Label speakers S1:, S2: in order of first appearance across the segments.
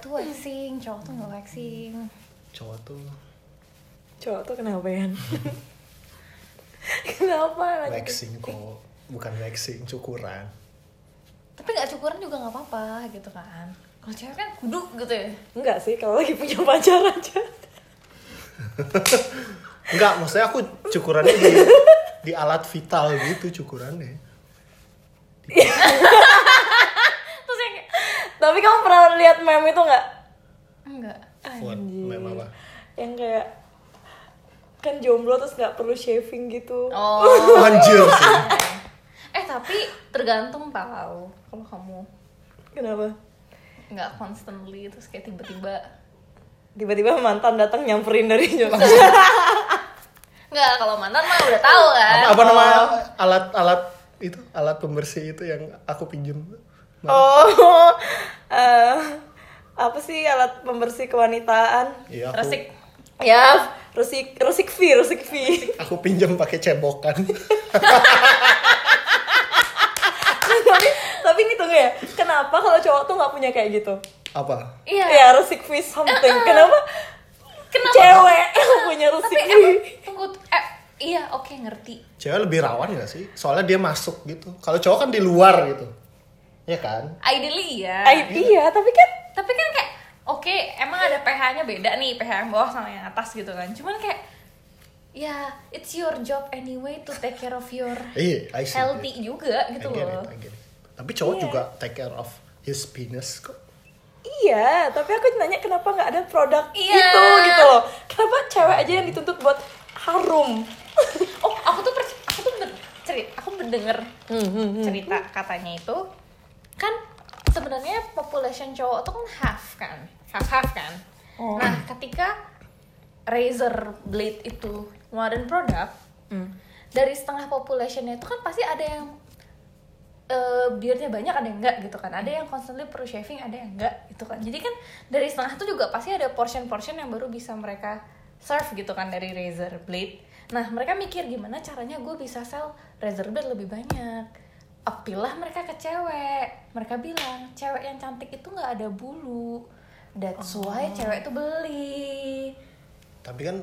S1: tuh waxing cowok tuh nggak waxing
S2: cowok tuh
S3: Cowok tuh kenapa ya? kenapa? lanjut?
S2: waxing kok bukan waxing cukuran
S1: tapi nggak cukuran juga nggak apa-apa gitu kan kalau cewek kan kudu gitu ya
S3: Enggak sih, kalau lagi punya pacar aja.
S2: enggak maksudnya aku cukurannya di di alat vital gitu cukurannya
S1: terus yang kayak
S3: Tapi kamu pernah lihat meme itu nggak?
S1: enggak
S2: buat mem apa
S3: Yang kayak kan jomblo terus nggak perlu shaving gitu.
S1: oh
S2: anjir sih
S1: eh tapi tergantung tahu kalau kamu
S3: Kenapa?
S1: nggak constantly terus kayak tiba-tiba
S3: Tiba-tiba mantan datang nyamperin dari jauh.
S1: nggak kalau mantan mah udah tahu kan
S2: apa, apa namanya
S1: Oh.
S2: alat alat itu alat pembersih itu yang aku pinjem
S3: oh, eh, apa sih alat pembersih kewanitaan?
S2: iya aku
S1: resik
S3: Ya, rusik rusik fi, rusik fi.
S2: aku pinjem pakai cebokan
S3: tapi tapi ini tunggu ya, kenapa kalau cowok tuh nggak punya kayak gitu?
S2: apa
S1: iya
S3: Ya, rusik fi something. Kenapa?
S1: Kenapa?
S3: Cewek yang punya rusik
S1: tapi
S3: fi.
S1: emang tunggu eh, iya oke ngerti
S2: cewek lebih rawan gak sih soalnya dia masuk gitu kalau cowok kan di luar gitu ya kan
S1: ideally ya
S3: Idea, tapi kan
S1: tapi kan kayak oke emang ada ph-nya beda nih ph yang bawah sama yang atas gitu kan cuman kayak ya it's your job anyway to take care of your
S2: iya I see
S1: healthy juga
S2: I
S1: gitu
S2: get it,
S1: loh Iya.
S2: I get it. tapi cowok juga take care of his penis kok
S3: Iya, tapi aku nanya kenapa nggak ada produk
S1: Iya.
S3: itu gitu loh. Kenapa cewek aja yang dituntut buat harum?
S1: oh aku tuh perc- aku tuh ber- cerita aku mendengar
S3: Hmm,
S1: cerita katanya itu kan sebenarnya population cowok tuh kan half kan half half kan
S3: Oh.
S1: nah ketika razor blade itu modern product dari setengah populationnya itu kan pasti ada yang eh, beardnya banyak ada yang enggak gitu kan ada yang constantly perlu shaving ada yang enggak gitu kan jadi kan dari setengah itu juga pasti ada portion portion yang baru bisa mereka serve gitu kan dari razor blade nah mereka mikir gimana caranya gue bisa sell razor blade lebih banyak appeal lah mereka ke cewek mereka bilang cewek yang cantik itu nggak ada bulu that's why cewek itu beli
S2: tapi kan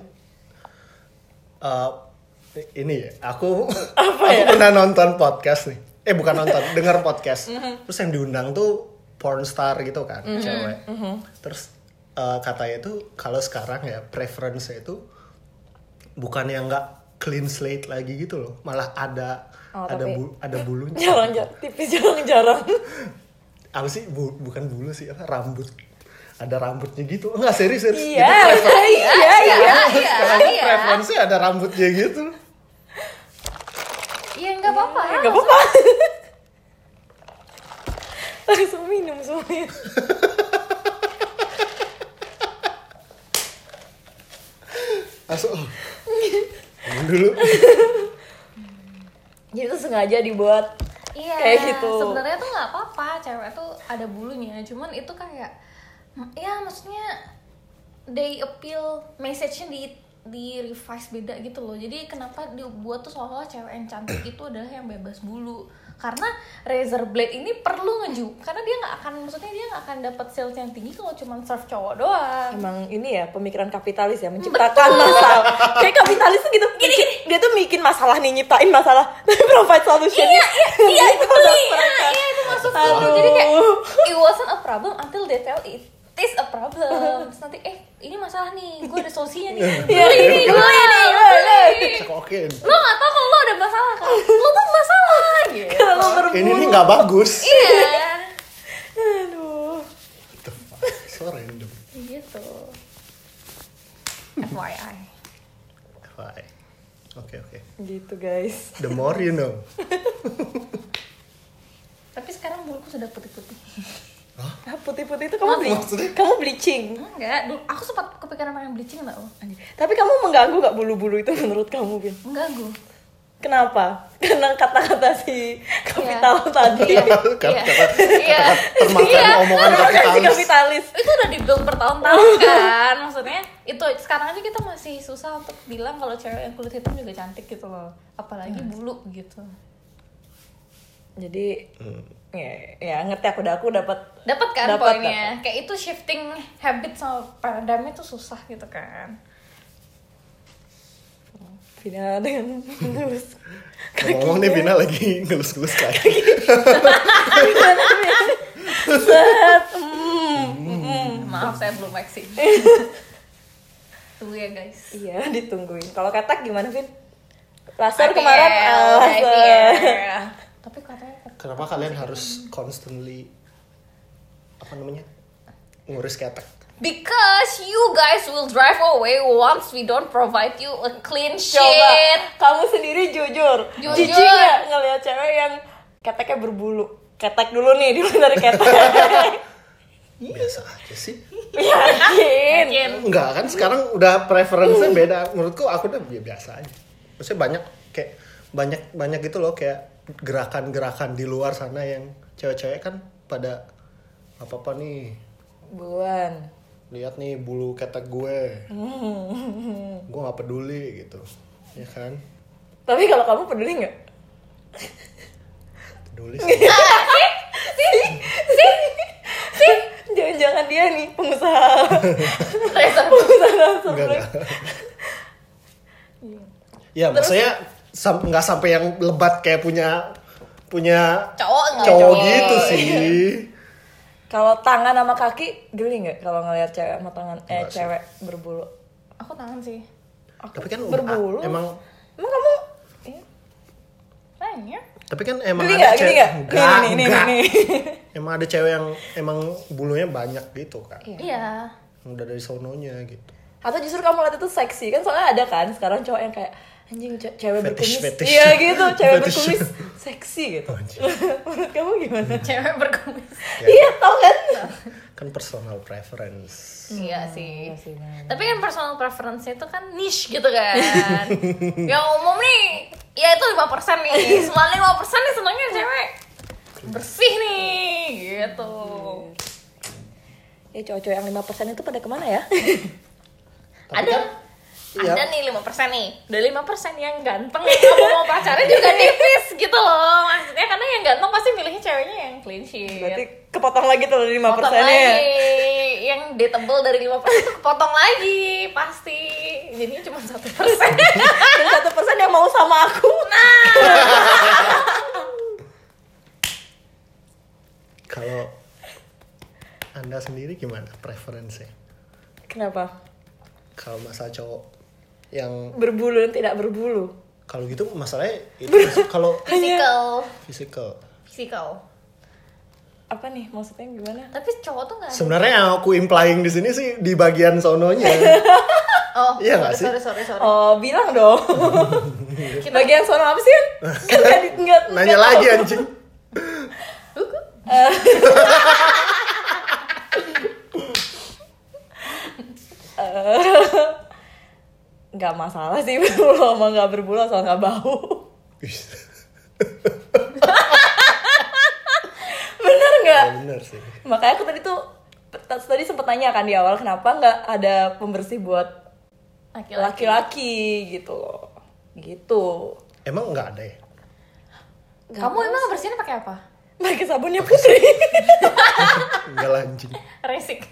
S2: eh, ini ya aku
S3: ya?
S2: aku pernah nonton podcast nih eh bukan nonton dengar podcast
S3: Mhm.
S2: terus yang diundang tuh pornstar gitu kan cewek
S3: mhm.
S2: terus eh, katanya tuh kalau sekarang ya preference itu bukan yang nggak clean slate lagi gitu loh malah ada
S3: Oh,
S2: ada
S3: tapi-
S2: bu- ada bulunya
S3: Jarang-jarang, tipis jarang-jarang.
S2: apa sih Bu- bukan bulu sih apa rambut ada rambutnya gitu enggak serius serius
S3: Iya,
S2: Itu prefer-
S3: iya, iya.
S2: sekarang tuh
S1: iya.
S2: preferensi ada rambutnya gitu
S1: ya nggak apa-apa
S3: Gak apa-apa. Langsung minum semuanya.
S2: langsung oh. minum dulu
S3: Jadi itu sengaja dibuat
S1: Iya,
S3: Kayak gitu.
S1: Sebenarnya tuh nggak apa-apa, cewek tuh ada bulunya. Cuman itu kayak, mm, ya maksudnya they appeal message-nya di di revise beda gitu loh. Jadi kenapa dibuat tuh seolah cewek yang cantik itu adalah yang bebas bulu? Karena razor blade ini perlu ngeju, karena dia nggak akan, maksudnya dia nggak akan dapat sales yang tinggi kalau cuma serve cowok doang.
S3: emang ini ya pemikiran kapitalis ya menciptakan masalah kayak kapitalis tuh gitu mikir- dia tuh bikin masalah nih nyiptain masalah tapi provide solution
S1: Iya, iya, iya, itu
S3: Produk
S1: beli.
S3: mereka.
S1: Iya, itu maksudku.
S3: Aduh.
S1: Jadi kayak it wasn't a problem until they tell it is a problem. Terus nanti eh ini masalah nih, gue ada solusinya nih.
S3: Iya,
S1: Beli nih,
S3: beli
S1: beli
S3: nih,
S1: nih, beli.
S2: cekokin
S1: Lo gak tau kalau lo ada masalah kan? Lo tuh masalah gitu.
S3: Kalau lo berburu
S2: ini nih nggak bagus
S1: Iya.
S3: aduh
S2: Gitu, Pak. so random
S1: Gitu. FYI.
S2: Why? oke oke
S3: gitu guys
S2: the more you know
S1: Tapi sekarang buluku sudah putih-putih.
S3: Ah, putih-putih itu kamu
S1: Apa
S3: beli,
S2: maksudnya?
S3: kamu bleaching.
S1: Enggak, dulu aku sempat kepikiran pengen bleaching tau.
S3: Tapi kamu mengganggu gak bulu-bulu itu menurut kamu, Bin?
S1: Mengganggu.
S3: Kenapa? Karena kata-kata si kapital tadi.
S1: Iya. Iya.
S2: Karena- karena-
S1: Iya.
S2: termakan
S1: Iya.
S2: omongan
S3: Kata-kata si
S2: kapitalis
S3: kapitalis.
S1: itu udah dibuild bertahun-tahun kan maksudnya itu sekarang aja kita masih susah untuk bilang kalau cewek yang kulit hitam juga cantik gitu loh apalagi bulu gitu
S3: jadi
S2: Hmm.
S3: ya, ya ngerti aku udah aku dapat
S1: Dapat kan
S3: Dapat,
S1: poinnya? Kayak itu shifting habit sama paradigm itu susah gitu kan.
S3: Vina dengan ngelus
S2: Ngomong nih Vina lagi ngelus-ngelus kaki.
S3: Set. Mm.
S1: Maaf saya belum vaksin. Tunggu ya guys.
S3: iya ditungguin kalau katak gimana Vin laser
S1: IPL,
S3: kemarin eh,
S1: ya.
S3: laser
S1: IPL. ya, Tapi katanya
S2: Kenapa kalian harus constantly apa namanya? ngurus ketek?
S1: Because you guys will drive away once we don't provide you a clean
S3: coba
S1: sheet.
S3: kamu sendiri jujur
S1: Jujur.
S3: jijik nggak ngeliat cewek yang keteknya berbulu ketek dulu nih dulu dari ketek
S1: Iya.
S3: Iya.
S2: Biasa aja sih.
S3: yakin
S1: Mungkin.
S2: Enggak kan sekarang udah preferensinya beda. Menurutku aku udah bi- biasa aja. Maksudnya banyak kayak banyak banyak gitu loh kayak gerakan-gerakan di luar sana yang cewek-cewek kan pada apa apa nih
S3: buan
S2: lihat nih bulu ketek gue gue nggak peduli gitu ya kan
S3: tapi kalau kamu peduli nggak
S2: peduli sih
S3: jangan-jangan dia nih pengusaha
S1: Laser.
S2: enggak enggak ya maksudnya sam- nggak sampai yang lebat kayak punya punya
S1: Ah, Cowok nggak
S2: cowok gitu sih
S3: kalau tangan sama kaki geli nggak kalau ngeliat cewek sama tangan eh
S2: Nggak sih.
S3: cewek berbulu
S1: Aku tangan sih.
S2: tapi kan
S3: berbulu.
S2: emang
S3: emang kamu Iya.
S1: Banyak.
S2: tapi kan emang
S3: geli
S2: ada
S3: nggak geli
S2: cewek
S3: nggak
S2: Nggak,
S3: nih nih nih
S2: nggak.
S3: nih
S2: emang ada cewek yang emang bulunya banyak gitu kan
S1: Iya.
S2: udah dari sononya gitu
S3: atau justru kamu lihat itu seksi kan soalnya ada kan sekarang cowok yang kayak anjing ce- cewek
S2: Fetish,
S3: berkumis
S2: fetish.
S3: iya gitu cewek
S2: Fetish.
S3: berkumis seksi gitu
S2: Anjing.
S3: menurut kamu gimana
S1: Cewek berkumis.
S2: Hmm, Ya.
S3: iya tau kan
S2: kan personal preference
S1: Iya sih. Tapi kan personal preference itu kan niche gitu kan. yang umum nih, ya itu 5% nih. 95% nih senangnya cewek. Bersih nih, gitu.
S3: ya cowok-cowok yang 5% itu pada kemana ya
S1: Iya.
S2: Tapi
S1: ada
S2: kan- Iya.
S1: ada nih 5% nih. Dari 5% yang ganteng yang kamu mau pacarnya juga tipis gitu loh. Maksudnya karena yang ganteng pasti milihnya ceweknya yang clean sheet.
S3: berarti kepotong lagi tuh dari 5%
S1: potong
S3: nya
S1: lagi yang dateable dari 5% itu kepotong lagi pasti jadinya cuma satu persen
S3: dan satu persen yang mau sama aku
S1: Nah,
S2: kalau anda sendiri gimana preferensinya
S3: kenapa
S2: kalau masa cowok yang
S3: berbulu dan tidak berbulu
S2: kalau gitu masalahnya itu kalau
S1: physical
S2: physical
S1: physical
S3: apa nih maksudnya gimana
S1: tapi cowok tuh nggak ada.
S2: sebenarnya yang aku implying di sini sih di bagian sononya
S1: oh
S2: Iya nggak
S1: sorry,
S2: sih?
S1: sorry sorry sorry
S3: oh bilang dong bagian sono apa sih kan nggak di- nggak
S2: nanya lagi anjing
S3: Eh, nggak masalah sih berbulu sama nggak berbulu asal nggak bau
S2: Ih,
S3: bener nggak
S2: bener sih
S3: makanya aku tadi tuh t- tadi sempet nanya kan di awal kenapa nggak ada pembersih buat
S1: laki-laki
S3: laki-laki gitu loh gitu
S2: emang nggak ada ya
S1: kamu emang bersihnya pakai apa
S3: pakai sabunnya putri
S2: nggak lah, anjing
S1: resik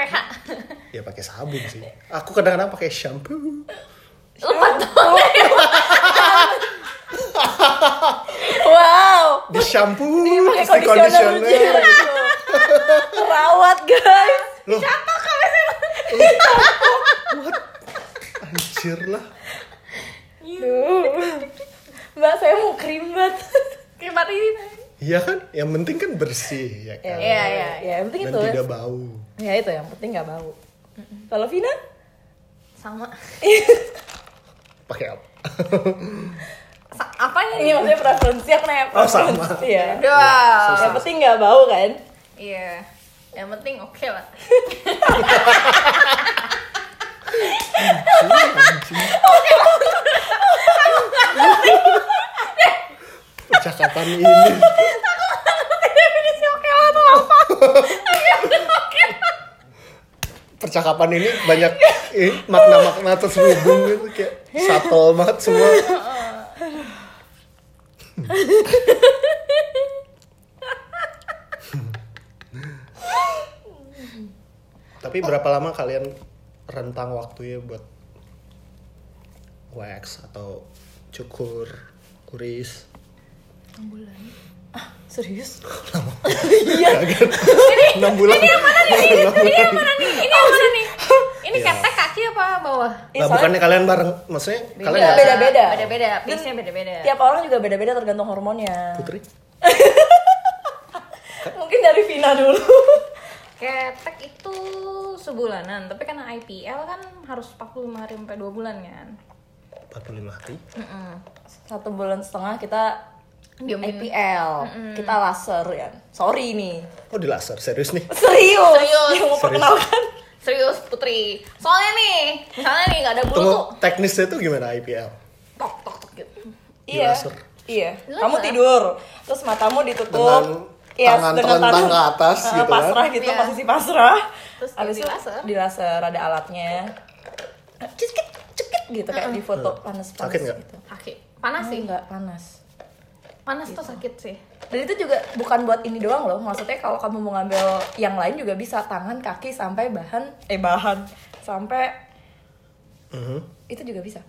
S1: ph
S2: ya pakai sabun sih aku kadang-kadang pakai shampoo
S1: lepas dong
S3: wow
S2: di shampoo
S3: pakai
S2: terus di
S3: kondisioner
S2: conditioner
S3: juga terawat guys
S2: loh What? anjir lah
S3: Duh. mbak saya mau krimbat
S1: krimbat ini
S2: iya kan yang penting kan bersih ya kan
S1: Iya, iya,
S3: ya yang
S2: dan
S3: penting itu
S2: tidak bau
S3: ya itu yang penting nggak bau kalau Vina
S1: sama
S2: pakai apa
S1: Sa- apanya
S2: Iya.
S3: ini Iya, maksudnya preferensi aku nanya
S2: Oh, sama.
S3: preferensi, ya
S2: Iya,
S1: Aduh.
S3: yang penting nggak bau kan
S1: Iya, yang penting oke lah.
S2: percakapan ini
S1: Definisi oke lah tuh apa?
S2: percakapan ini banyak eh, makna-makna terselubung gitu kayak satel banget semua Tapi berapa lama kalian rentang waktunya buat wax atau cukur, kuris?
S1: enam bulan
S3: Serius?
S2: Enam bulan. Enam bulan.
S1: ini yang mana nih ini
S2: Iya.
S1: ketek kaki apa bawah
S2: Lah, Nah, bukannya kalian bareng, maksudnya kalian nggak-
S3: Beda-beda.
S1: beda beda biasanya beda beda
S3: Tiap orang juga beda-beda tergantung hormonnya.
S2: Putri?
S3: Mungkin dari Vina dulu.
S1: ketek itu sebulanan tapi karena IPL kan harus 45 hari sampai 2 bulan kan
S2: 45 hari.
S1: Mm-mm.
S3: Satu bulan setengah kita
S1: Diomin.
S3: IPL, kita laser ya. Sorry nih.
S2: Oh, di laser, serius nih.
S3: Serius.
S1: Serius.
S3: Yang mau
S2: Serius.
S3: perkenalkan.
S1: serius putri soalnya nih misalnya nih gak ada bulu tuh
S2: Tunggu, teknisnya tuh gimana IPL?
S1: tok tok tok gitu
S2: Di
S3: Iya.
S2: laser.
S3: Iya.
S1: Laser.
S3: Kamu tidur, terus matamu ditutup.
S2: Dengan
S3: Iya,
S2: tangan
S3: dengan
S2: terlentang
S3: tangan,
S2: ke atas
S3: eh,
S2: gitu kan.
S3: pasrah gitu,
S1: Iya.
S3: posisi pasrah.
S1: Terus
S3: Habis
S1: di
S3: itu
S1: laser.
S3: Di laser ada alatnya. Cekit, cekit gitu kayak di foto panas panas
S2: Sakit nggak?
S3: gitu.
S1: sakit panas sih
S3: Enggak panas.
S1: panas tuh sakit sih
S3: Dan itu juga bukan buat ini doang loh. Maksudnya kalau kamu mau ngambil yang lain juga bisa tangan, kaki sampai bahan eh bahan sampai
S2: Mhm.
S3: itu juga bisa.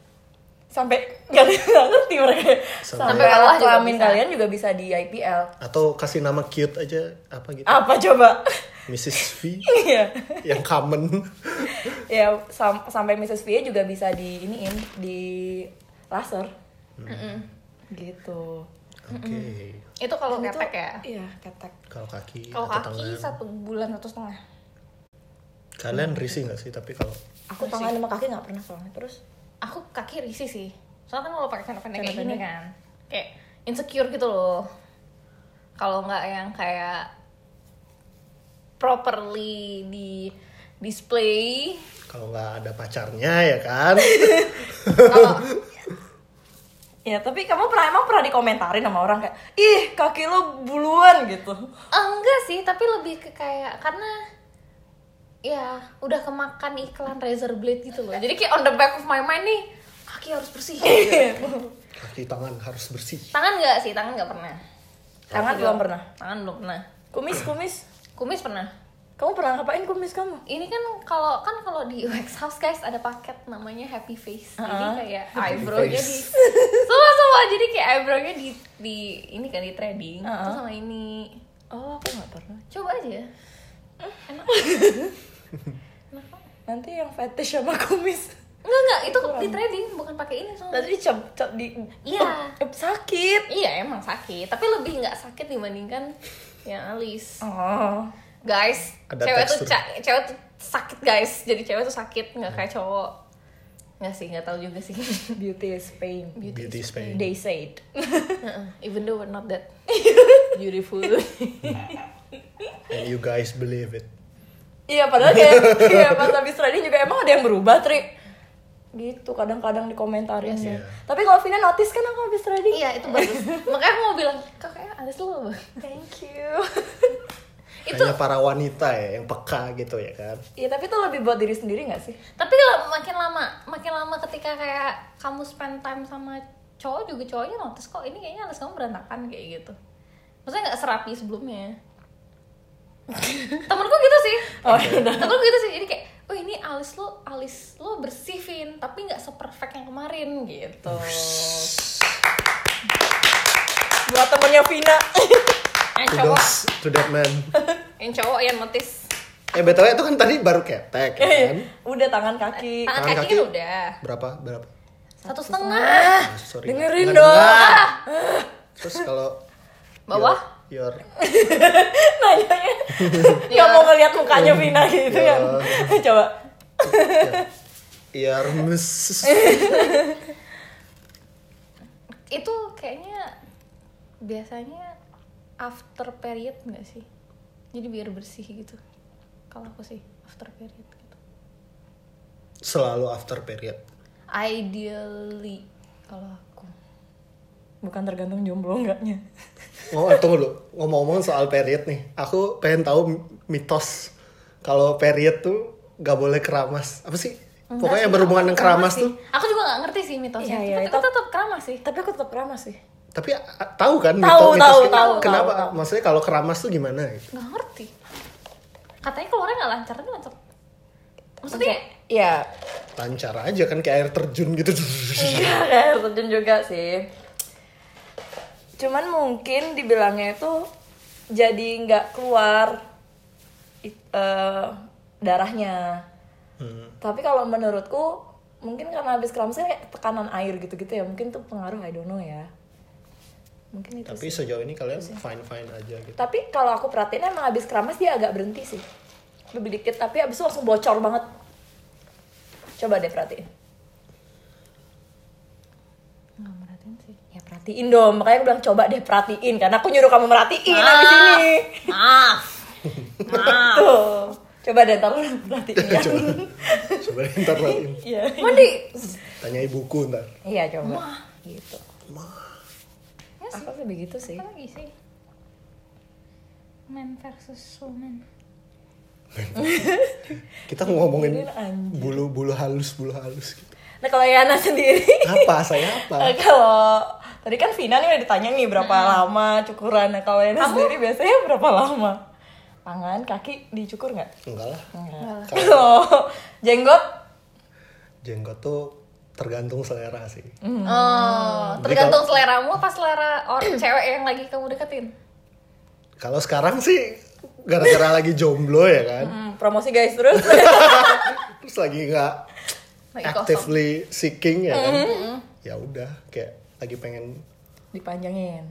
S3: Sampai nggak ada- nggak ngerti mereka. Sampai,
S1: Sampai bawah
S3: alat
S1: juga
S3: kelamin
S1: bisa.
S3: kalian juga bisa di IPL.
S2: Atau kasih nama cute aja apa gitu.
S1: Ah.
S3: Apa coba?
S2: Mrs. V
S3: Iya.
S2: yang common.
S3: ya sam- sampai Mrs. Via juga bisa di iniin di laser. Gitu.
S2: Oke.
S1: itu kalau ketek ya
S3: Iya, ketek.
S2: Kalau kaki
S1: kalau
S2: atau
S1: kaki
S2: tangan.
S1: satu bulan satu setengah
S2: Kalian risih nggak sih tapi kalau
S3: Aku tangan sama kaki nggak pernah soalnya. Terus
S1: aku kaki risih sih soalnya kan kalau pakai celana pendek kayak
S3: Celana
S1: gini kan kayak insecure gitu loh kalau nggak yang kayak properly di display
S2: kalau nggak ada pacarnya ya kan?
S3: Ya, tapi kamu pernah emang pernah dikomentarin sama orang kayak, "Ih, kaki lo buluan" gitu.
S1: enggak sih tapi lebih ke kayak karena ya udah kemakan iklan razor blade gitu loh jadi kayak on the back of my mind nih kaki harus bersih
S3: Iya.
S1: gitu.
S2: Kaki tangan harus bersih.
S1: tangan nggak sih tangan nggak pernah
S3: Tangan belum pernah.
S1: tangan belum pernah
S3: Kumis, kumis.
S1: kumis pernah
S3: Kamu pernah ngapain kumis kamu?
S1: ini kan kalau kan kalau di UX House guys ada paket namanya Happy Face. Jadi
S3: Uh-uh.
S1: kayak eyebrow-nya di
S2: Face.
S1: semua semua jadi kayak eyebrow-nya di di ini kan di threading
S3: Uh-uh.
S1: terus sama ini.
S3: Oh, aku nggak pernah.
S1: Coba aja. Enak. kan?
S3: Nanti yang fetish sama kumis.
S1: Enggak enggak itu di threading bukan pakai ini soalnya.
S3: Nanti dicap-cap di
S1: Iya.
S3: Up, up, sakit.
S1: Iya emang sakit, tapi lebih nggak sakit dibandingkan yang alis.
S3: Oh.
S1: Guys,
S2: Ada
S1: cewek tuh
S2: tekstur.
S1: ca-
S2: Hmm.
S1: cewek tuh sakit guys. Jadi cewek tuh sakit nggak kayak cowok. Nggak sih, nggak tahu juga sih.
S3: Beauty is pain.
S2: Beauty is pain.
S3: They said.
S1: Uh-uh, Even though we're not that beautiful.
S2: And you guys believe it.
S3: Iya padahal kayak iya, pas habis trading juga emang ada yang berubah Tri gitu kadang-kadang dikomentarin sih.
S2: Iya.
S3: Tapi kalau Vina notice kan aku habis trading.
S1: iya, itu bagus. Makanya aku mau bilang, kok kayak alis lu.
S3: Thank you.
S1: Itu
S2: Hanya para wanita ya yang peka gitu ya kan.
S3: Iya tapi itu lebih buat diri sendiri nggak sih?
S1: tapi lah, makin lama, makin lama ketika kayak kamu spend time sama cowok juga cowoknya notice kok ini kayaknya alis kamu berantakan kayak gitu. Maksudnya nggak serapi sebelumnya. Temenku gitu sih.
S3: Oh ya udah.
S1: Temenku gitu sih. Jadi kayak, oh ini alis lu, alis lu bersih, Vin, tapi nggak seperfect yang kemarin gitu.
S3: Buat temennya Vina.
S1: Yang
S2: To
S1: cowok,
S2: those- to that man.
S1: yang cowok yang notice.
S2: Eh btw itu kan tadi baru ketek ya kan.
S3: Iya, udah tangan kaki.
S1: Tangan
S2: Tangan
S1: Eh, kaki,
S2: kaki.
S1: kan udah.
S2: Berapa? Berapa?
S1: Satu setengah.
S2: Ah, sorry.
S3: dengerin
S2: Nggak
S3: dong.
S2: dengar. Terus kalau
S1: Ah. Bawah?
S2: your, your
S1: Iya.
S3: Nanyanya nggak mau ngeliat mukanya Vina gitu
S2: Iya.
S3: kan. Coba.
S2: your miss
S1: itu kayaknya biasanya after period nggak sih jadi biar bersih gitu kalau aku sih after period gitu
S2: selalu after period.
S1: ideally kalau aku
S3: Bukan tergantung jomblo enggaknya.
S2: Oh, tunggu dulu. Ngomong-ngomong soal period nih. Aku pengen tahu mitos kalau period tuh gak boleh keramas. Apa sih? Pokoknya yang berhubungan dengan keramas tuh.
S1: aku juga nggak ngerti sih mitosnya
S3: Iya, iya,
S1: tapi
S3: itu-
S1: tapi tetap keramas sih
S3: Tapi aku tetap keramas sih.
S2: Tapi a- tahu kan
S3: Tahu, tahu,
S2: kayak-
S3: tahu,
S2: Kenapa?
S3: tahu, tahu.
S2: Maksudnya kalau keramas tuh gimana? gitu?
S1: nggak ngerti katanya keluarnya nggak lancar tapi lancar maksudnya
S3: ya
S2: lancar aja kan kayak air terjun gitu
S3: Iya, kayak terjun juga sih. Cuman mungkin dibilangnya itu jadi nggak keluar it- eh, darahnya.
S2: Hmm.
S3: Tapi kalau menurutku mungkin karena habis kramsnya kayak tekanan air gitu-gitu ya, mungkin tuh pengaruh I don't know ya. Mungkin itu.
S2: tapi
S3: Tapi,
S2: sejauh ini kalian fine fine aja gitu
S3: tapi kalau aku perhatiin emang habis keramas dia agak berhenti sih. Lebih dikit tapi habis itu langsung bocor banget. Coba deh perhatiin.
S1: nggak merhatiin sih
S3: Ya perhatiin dong, makanya aku bilang coba deh perhatiin karena aku nyuruh kamu merhatiin habis ini.
S1: maaf maaf
S3: Tuh. Coba deh ntar lu perhatiin ya.
S2: coba coba deh, ntar lah.
S3: Iya.
S1: mandi
S2: tanya ibuku ntar
S3: Iya coba. Gitu.
S1: ya sih
S3: Aku sih begitu sih.
S1: apa lagi sih man versus woman
S2: kita ngomongin
S3: Bener, anjir.
S2: bulu bulu halus bulu halus gitu.
S3: Nah kalau Yana sendiri
S2: apa saya
S3: eh,
S2: apa
S3: kalau tadi kan Vina nih udah ditanya nih berapa lama cukuran. Nah kalau Yana sendiri biasanya berapa lama? Tangan, kaki dicukur nggak?
S2: enggak lah
S3: Enggak. Kalau jenggot
S2: jenggot tuh tergantung selera sih
S1: oh tergantung seleramu apa selera
S2: Hmm.
S1: orang cewek yang lagi kamu deketin
S2: kalau sekarang sih gara-gara lagi jomblo ya kan
S3: Hmm, promosi guys terus. Hmm.
S2: terus lagi nggak
S1: Lagi kosong. Mm-hmm.
S2: actively seeking ya kan ya udah kayak lagi pengen
S3: Dipanjangin.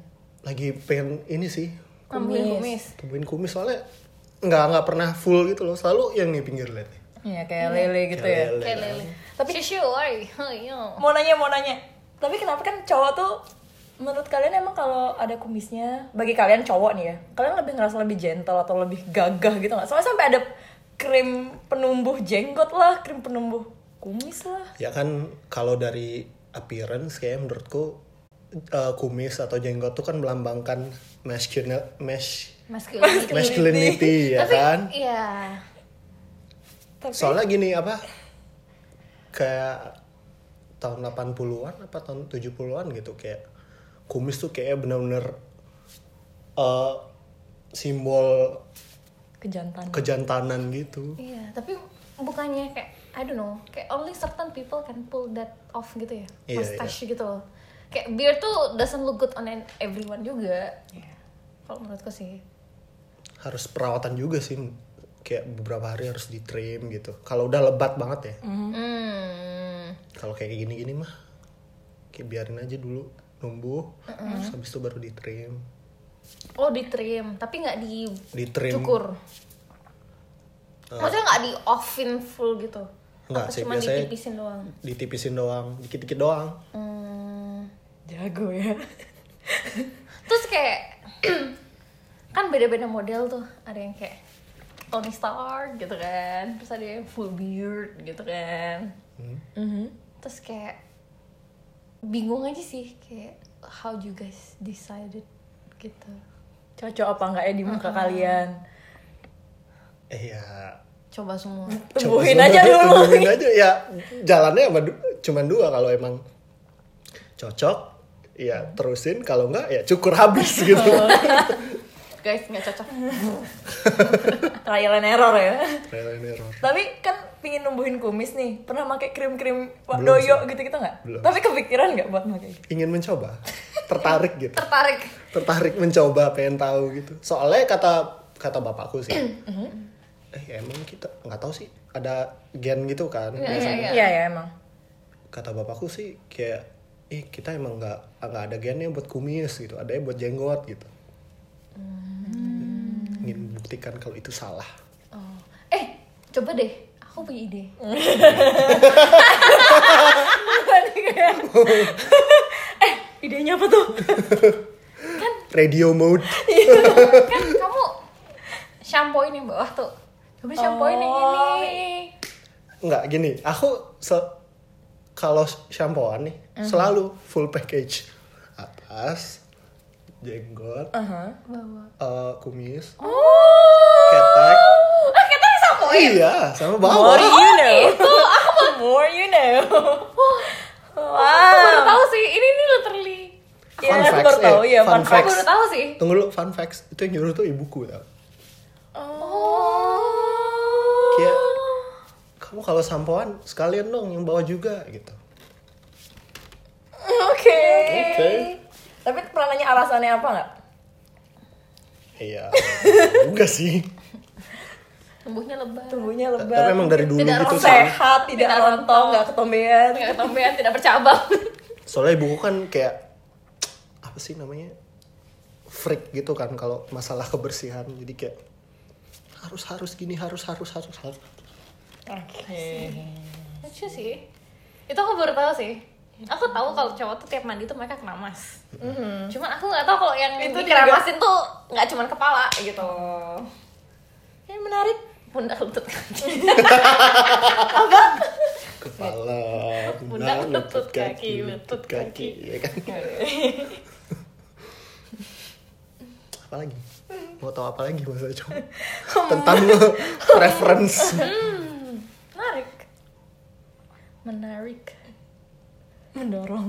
S2: lagi pengen ini sih
S1: ngambil kumis
S2: temuin kumis soalnya nggak nggak pernah full gitu loh selalu yang di pinggir lane
S3: Iya kayak lele gitu ya.
S2: Kayak lele.
S1: kayak lele
S3: Tapi-
S1: tapi shishu woi yo
S3: mau nanya mau nanya tapi kenapa kan cowok tuh menurut kalian emang kalau ada kumisnya bagi kalian cowok nih ya kalian lebih ngerasa lebih gentle atau lebih gagah gitu nggak soalnya sampai ada krim penumbuh jenggot lah krim penumbuh kumis lah
S2: ya kan kalau dari appearance kayak menurutku eh, kumis atau jenggot tuh kan melambangkan masculine mas-
S1: masculinity
S2: masculinity ya
S1: tapi
S2: kan
S1: iya
S3: tapi
S2: soalnya gini apa kayak tahun 80-an apa tahun 70-an gitu kayak kumis tuh kayak bener-bener eh, simbol
S3: kejantanan
S2: kejantanan gitu
S1: iya tapi bukannya kayak I don't know kayak only certain people can pull that off gitu ya
S2: Iya,
S1: mustache gitu loh kayak beard tuh doesn't look good on an- everyone juga
S3: Iya.
S1: kalau menurutku sih
S2: harus perawatan juga sih kayak beberapa hari harus di trim gitu kalau udah lebat banget ya
S1: Mm. Hmm.
S2: kalau kayak gini-gini mah kayak biarin aja dulu numbuh terus habis itu baru di trim
S1: oh di trim tapi nggak di
S2: di trim
S1: cukur maksudnya nggak di offin full gitu
S2: Ah. Nggak
S1: Apa
S2: sih,
S1: cuma
S2: biasanya-
S1: ditipisin doang
S2: ditipisin doang dikit-dikit doang
S1: Hmm.
S3: jago ya
S1: terus kayak kan beda-beda model tuh ada yang kayak Tony Stark gitu kan terus ada yang full beard gitu kan
S3: Mm-hmm.
S1: terus kayak bingung aja sih kayak how you guys decided gitu
S3: cocok apa enggak ya di muka kalian
S2: eh ya
S1: coba semua
S2: Hmm.
S3: tumbuhin
S2: coba
S3: aja
S2: sebenarnya
S3: dulu
S2: tumbuhin aja ya jalannya sama du- cuman dua kalau emang cocok ya terusin kalau enggak ya cukur habis gitu
S1: guys nggak cocok
S3: trial and error ya
S2: Trial and error.
S3: tapi kan pingin numbuhin kumis nih pernah pakai krim krim
S2: Belum
S3: doyo gitu gitu nggak
S2: Belum.
S3: tapi kepikiran nggak buat pakai
S2: ingin mencoba tertarik gitu
S1: tertarik
S2: tertarik mencoba pengen tahu gitu soalnya kata kata bapakku sih eh ya emang kita nggak tahu sih ada gen gitu kan biasanya.
S1: Iya.
S3: iya ya emang
S2: kata bapakku sih kayak eh kita emang nggak nggak ada gennya buat kumis gitu ada buat jenggot gitu ingin membuktikan kalau itu salah
S1: oh. eh coba deh aku punya ide
S3: Kan, eh idenya apa tuh
S2: radio mode
S1: kan kamu shampooin yang bawah tuh coba shampooin yang
S3: Oh.
S1: ini
S2: nggak gini aku se- kalau shampooan nih selalu full package atas jenggot
S3: Uh-huh.
S1: bawah
S2: eh, kumis
S3: oh
S2: ketek
S1: ah kita disampoin
S2: iya sama bawah
S3: more you know Oh, itu more you know
S1: aku baru
S3: wow
S1: tahu sih ini ini literally
S3: ya
S2: Fun
S3: aku
S2: facts,
S3: baru
S2: eh,
S3: tahu ya
S2: fun
S3: fun
S1: aku
S3: fact
S2: facts.
S1: baru tahu sih
S2: tunggu dulu fun facts itu yang nyuruh tuh ibuku tau
S3: oh
S2: kayak kamu kalau sampoan sekalian dong yang bawa juga gitu
S3: Oke.
S2: Oke.
S3: Tapi pernah nanya alasannya apa nggak?
S2: iya juga sih
S1: Tumbuhnya lebat.
S3: Tumbuhnya lebat.
S2: tapi emang dari dulu
S1: Tidak
S2: gitu
S1: rongsek.
S2: sih
S3: sehat, tidak
S1: Tidak
S3: lontong, nggak ketombean.
S1: Nggak ketombean, tidak bercabang.
S2: soalnya ibuku kan kayak apa sih namanya freak gitu kan kalau masalah kebersihan jadi kayak harus harus gini harus harus harus harus
S3: Oke.
S1: Lucu sih. Itu aku baru tahu sih. Aku tahu kalau cowok tuh tiap mandi tuh mereka keramas. Cuman aku nggak tahu kalau yang
S3: Itu
S1: itu
S3: juga.
S1: dikeramasin tuh nggak cuman kepala gitu.
S3: Ini menarik.
S1: Pundak lutut kaki.
S2: kepala
S1: Pundak, lutut, kaki, lutut, kaki.
S2: ya kan apa lagi mau tahu apa lagi masa cowok tentang preference
S1: Menarik.
S3: Menarik. Mendorong.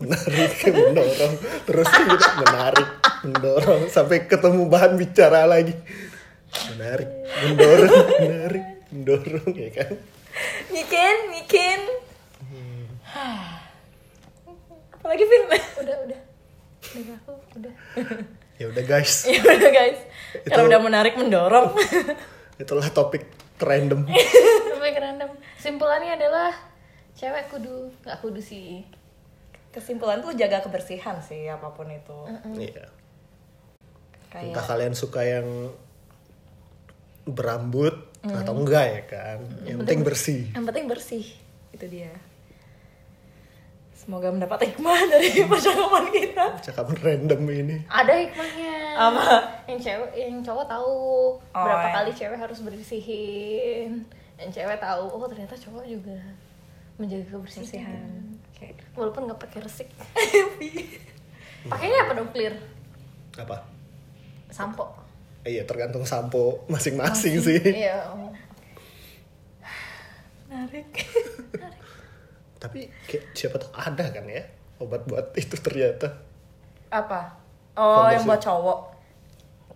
S2: menarik mendorong terus gitu menarik mendorong sampai ketemu bahan bicara lagi menarik mendorong menarik mendorong ya kan
S3: Mikin, mikin.
S2: Hmm.
S3: Apalagi film.
S1: Udah, udah. Udah aku, udah.
S2: ya udah guys
S3: ya udah guys. Karena
S2: Itu-
S3: udah menarik mendorong.
S2: itulah topik random
S1: Sampai ke random. Simpulannya adalah cewek kudu, nggak kudu sih.
S3: Kesimpulan tuh jaga kebersihan sih apapun itu.
S2: Iya. entah
S3: Kayak
S2: kalian suka yang berambut atau enggak ya kan yang penting bersih
S3: yang penting bersih. Itu dia. Semoga mendapat hikmah dari percakapan kita.
S2: cakapan random ini
S1: Ada hikmahnya.
S3: Apa?
S1: Yang cewek, yang cowok tahu
S3: Oh,
S1: berapa
S3: iya.
S1: kali cewek harus bersihin. Yang cewek tahu, oh ternyata cowok juga menjaga kebersihan.
S3: Kebersihan. Oke.
S1: Walaupun nggak pakai resik. Pakainya apa dong clear?
S2: apa
S1: Sampo.
S2: Eh, iya tergantung sampo masing-masing sih
S1: Iya.
S3: oh. Menarik.
S2: tapi kayak siapa tahu ada kan ya obat buat itu ternyata
S3: Apa? Oh,
S2: Pembersih.
S3: yang buat cowok.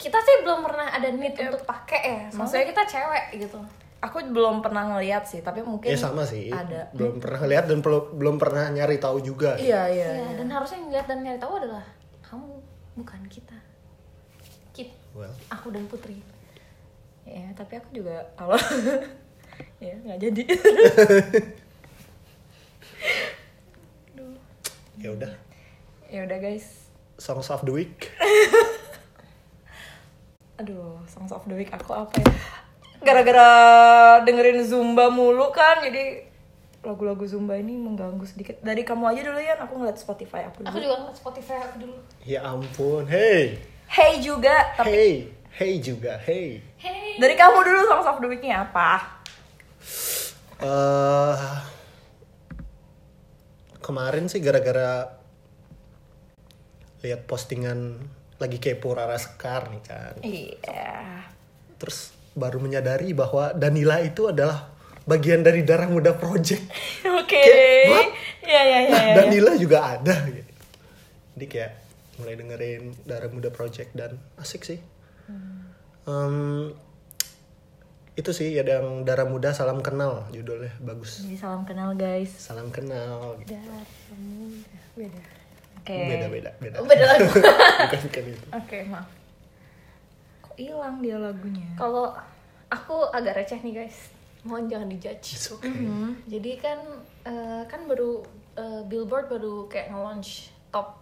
S1: Kita sih belum pernah ada need untuk pakai ya. Maksudnya kita cewek gitu.
S3: Aku belum pernah ngeliat sih, tapi mungkin
S2: ya sama sih
S3: Ada.
S2: belum pernah lihat dan pel- belum pernah nyari tahu juga
S3: Iya, iya.
S1: Iya, dan harusnya yang lihat dan nyari tahu adalah kamu, bukan kita. Kita,
S2: well
S1: aku dan Putri.
S3: Iya, tapi aku juga kalau ya nggak jadi.
S2: ya udah
S3: ya udah guys.
S2: songs of the week
S3: Aduh, songs of the week aku apa ya? Gara-gara dengerin Zumba mulu kan, jadi lagu-lagu Zumba ini mengganggu sedikit. Dari kamu aja dulu ya, aku ngeliat Spotify aku
S1: Aku
S3: dulu.
S1: juga ngeliat Spotify aku dulu.
S2: ya ampun hey
S3: Hey juga, tapi
S2: hey hey juga hey
S1: Hey.
S3: dari kamu dulu songs of the week-nya apa?
S2: eh kemarin sih gara-gara lihat postingan lagi kepo Rara Sekar nih kan.
S3: Iya.
S2: Terus baru menyadari bahwa Danila itu adalah bagian dari Darah Muda Project.
S3: Oke.
S2: Kayak, what?
S3: Iya, iya, iya.
S2: Nah,
S1: Eh.
S3: iya.
S2: Danila juga ada gitu. Jadi kayak mulai dengerin Darah Muda Project dan asik sih.
S1: Hmm.
S2: Em, itu sih ada yang Darah Muda Salam Kenal judulnya bagus.
S3: Jadi salam kenal guys.
S2: Salam kenal gitu.
S3: Beda. Oke.
S2: Beda-beda, beda.
S1: Oh, Beda lagu.
S2: bukan bukan itu.
S1: Oke, maaf.
S3: Kok hilang dia lagunya?
S1: Kalau aku agak receh nih guys, mohon jangan dijudge.
S2: It's okay.
S1: Jadi kan eh, kan baru eh, Billboard baru kayak nge-launch top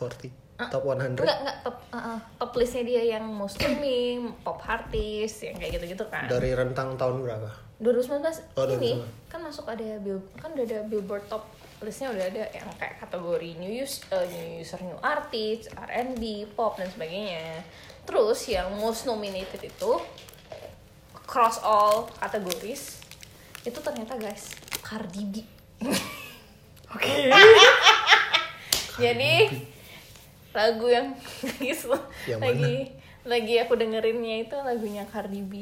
S2: 40 top
S1: Ah.
S2: 100.
S1: enggak enggak top eh, eh, top listnya dia yang mau streaming, pop artis, yang kayak gitu-gitu kan.
S2: Dari rentang tahun berapa?
S1: 2019
S2: Oh,
S1: ini
S2: 2019.
S1: kan masuk ada bill kan udah ada billboard top listnya udah ada yang kayak kategori new use eh, new user new artist R&B pop dan sebagainya terus yang most nominated itu cross all categories itu ternyata guys Cardi B
S3: Oke.
S1: jadi lagu yang
S2: Yang mana?
S1: lagi lagi aku dengerinnya itu lagunya Cardi B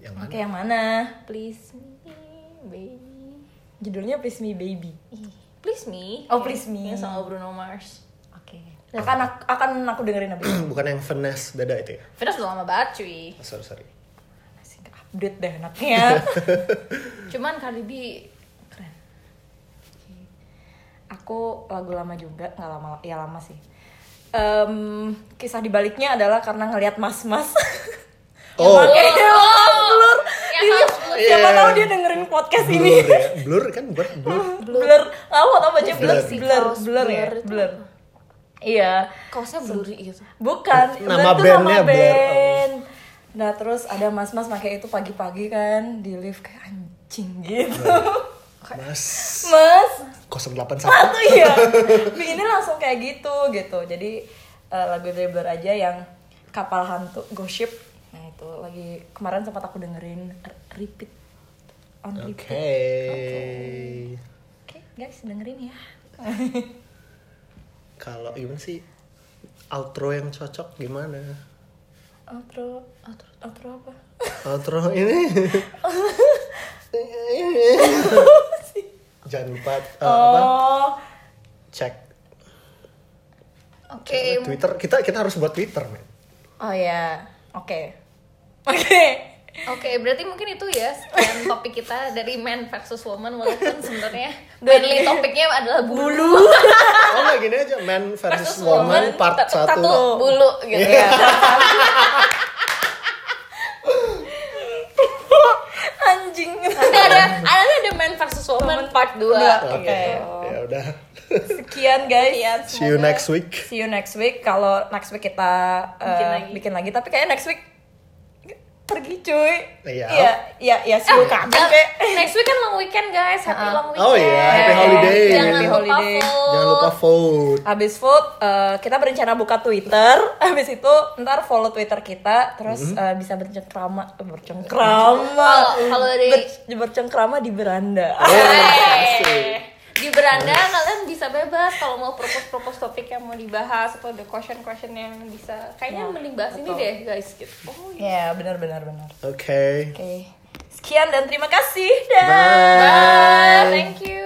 S2: Yang
S3: Oke,
S2: mana?
S3: yang mana?
S1: please me baby
S3: Judulnya Please Me Baby.
S1: Ih, Please Me.
S3: Oh, Please Me.
S1: Yang sama Bruno Mars.
S3: Oke. Akan aku, akan aku dengerin abis.
S2: Bukan yang Finesse dada itu ya?
S1: Virus udah lama banget cuy.
S2: Oh, sorry, sorry.
S3: Asik, update deh anaknya.
S1: Cuman Cardi B keren.
S3: Aku lagu lama juga, nggak lama, ya lama sih. Em, kisah dibaliknya adalah karena ngelihat mas-mas.
S2: Oh.
S3: Emang, eh, emang blur.
S1: Yang
S3: Ini
S1: Ya, harus blur.
S3: Siapa
S2: Iya.
S3: tahu dia dengerin podcast
S2: blur
S3: ini.
S2: ya blur kan blur blur
S3: Blur. blur. Aku tau baca blur,
S1: Blur.
S3: blur,
S1: Kaos
S3: blur ya,
S1: blur itu
S3: blur. Iya.
S1: Kaosnya blurry gitu.
S3: Bukan,
S2: Nama
S3: itu
S2: bandnya
S3: nama
S2: Blur.
S3: band. Nah terus ada mas-mas pakai itu pagi-pagi kan di lift kayak anjing gitu.
S2: Iya. mas
S3: mas,
S2: 081
S3: satu ya. Ini langsung kayak gitu gitu. Jadi eh, lagu dari Blur aja yang kapal hantu gosip. Nah itu lagi kemarin sempat aku dengerin r- repeat on
S2: oke
S3: repeat. Oke guys dengerin ya.
S2: kalau gimana sih outro yang cocok gimana
S3: Outro, outro, outro apa?
S2: outro ini jangan lupa eh, apa,
S3: Oh,
S2: cek
S1: Oke,
S2: twitter kita kita harus buat twitter men
S3: oh ya, oke, oke.
S1: oke, berarti mungkin itu ya sekian topik kita dari man versus woman walaupun sebenarnya
S3: Dari-
S1: mainly topiknya adalah bulu,
S2: oh nggak gini aja man versus woman part Iya.
S1: ta- ta-
S2: 1
S1: tato bulu gitu ya.
S3: Anjing.
S1: Nanti ada nanti ada man versus woman part 2.
S2: oke
S3: Oke.
S2: ya udah
S3: Sekian guys.
S2: see you next week
S3: See you next week. Kalau next week kita eh,
S1: Bikin
S3: bikin,
S1: lagi.
S3: lagi. tapi kayaknya next week pergi cuy.
S2: Iya.
S3: Iya, iya, iya, see you
S1: Ah,
S3: kapan, kek.
S1: Next week kan long weekend guys, happy long weekend.
S2: Oh iya, happy
S3: holiday.
S1: Jangan
S3: Happy
S1: lupa
S3: holiday.
S1: vote.
S2: jangan lupa vote
S3: Abis vote, eh, kita berencana buka Twitter. Abis itu ntar follow Twitter kita, terus
S2: Mm-hmm.
S3: eh, bisa bercengkrama, eh, bercengkrama,
S1: Kalau kalau dari
S3: Ber- bercengkrama di beranda.
S2: Iya.
S1: Hey.
S2: asik.
S1: di beranda kalian bisa bebas kalau mau propose propose topik yang mau dibahas atau ada question question yang bisa kayaknya mending bahas ini deh guys gitu. Oh, iya.
S3: Ya, benar, benar, benar.
S2: okay
S3: Oke, sekian dan terima kasih. Dah.
S2: bye.
S1: Thank you.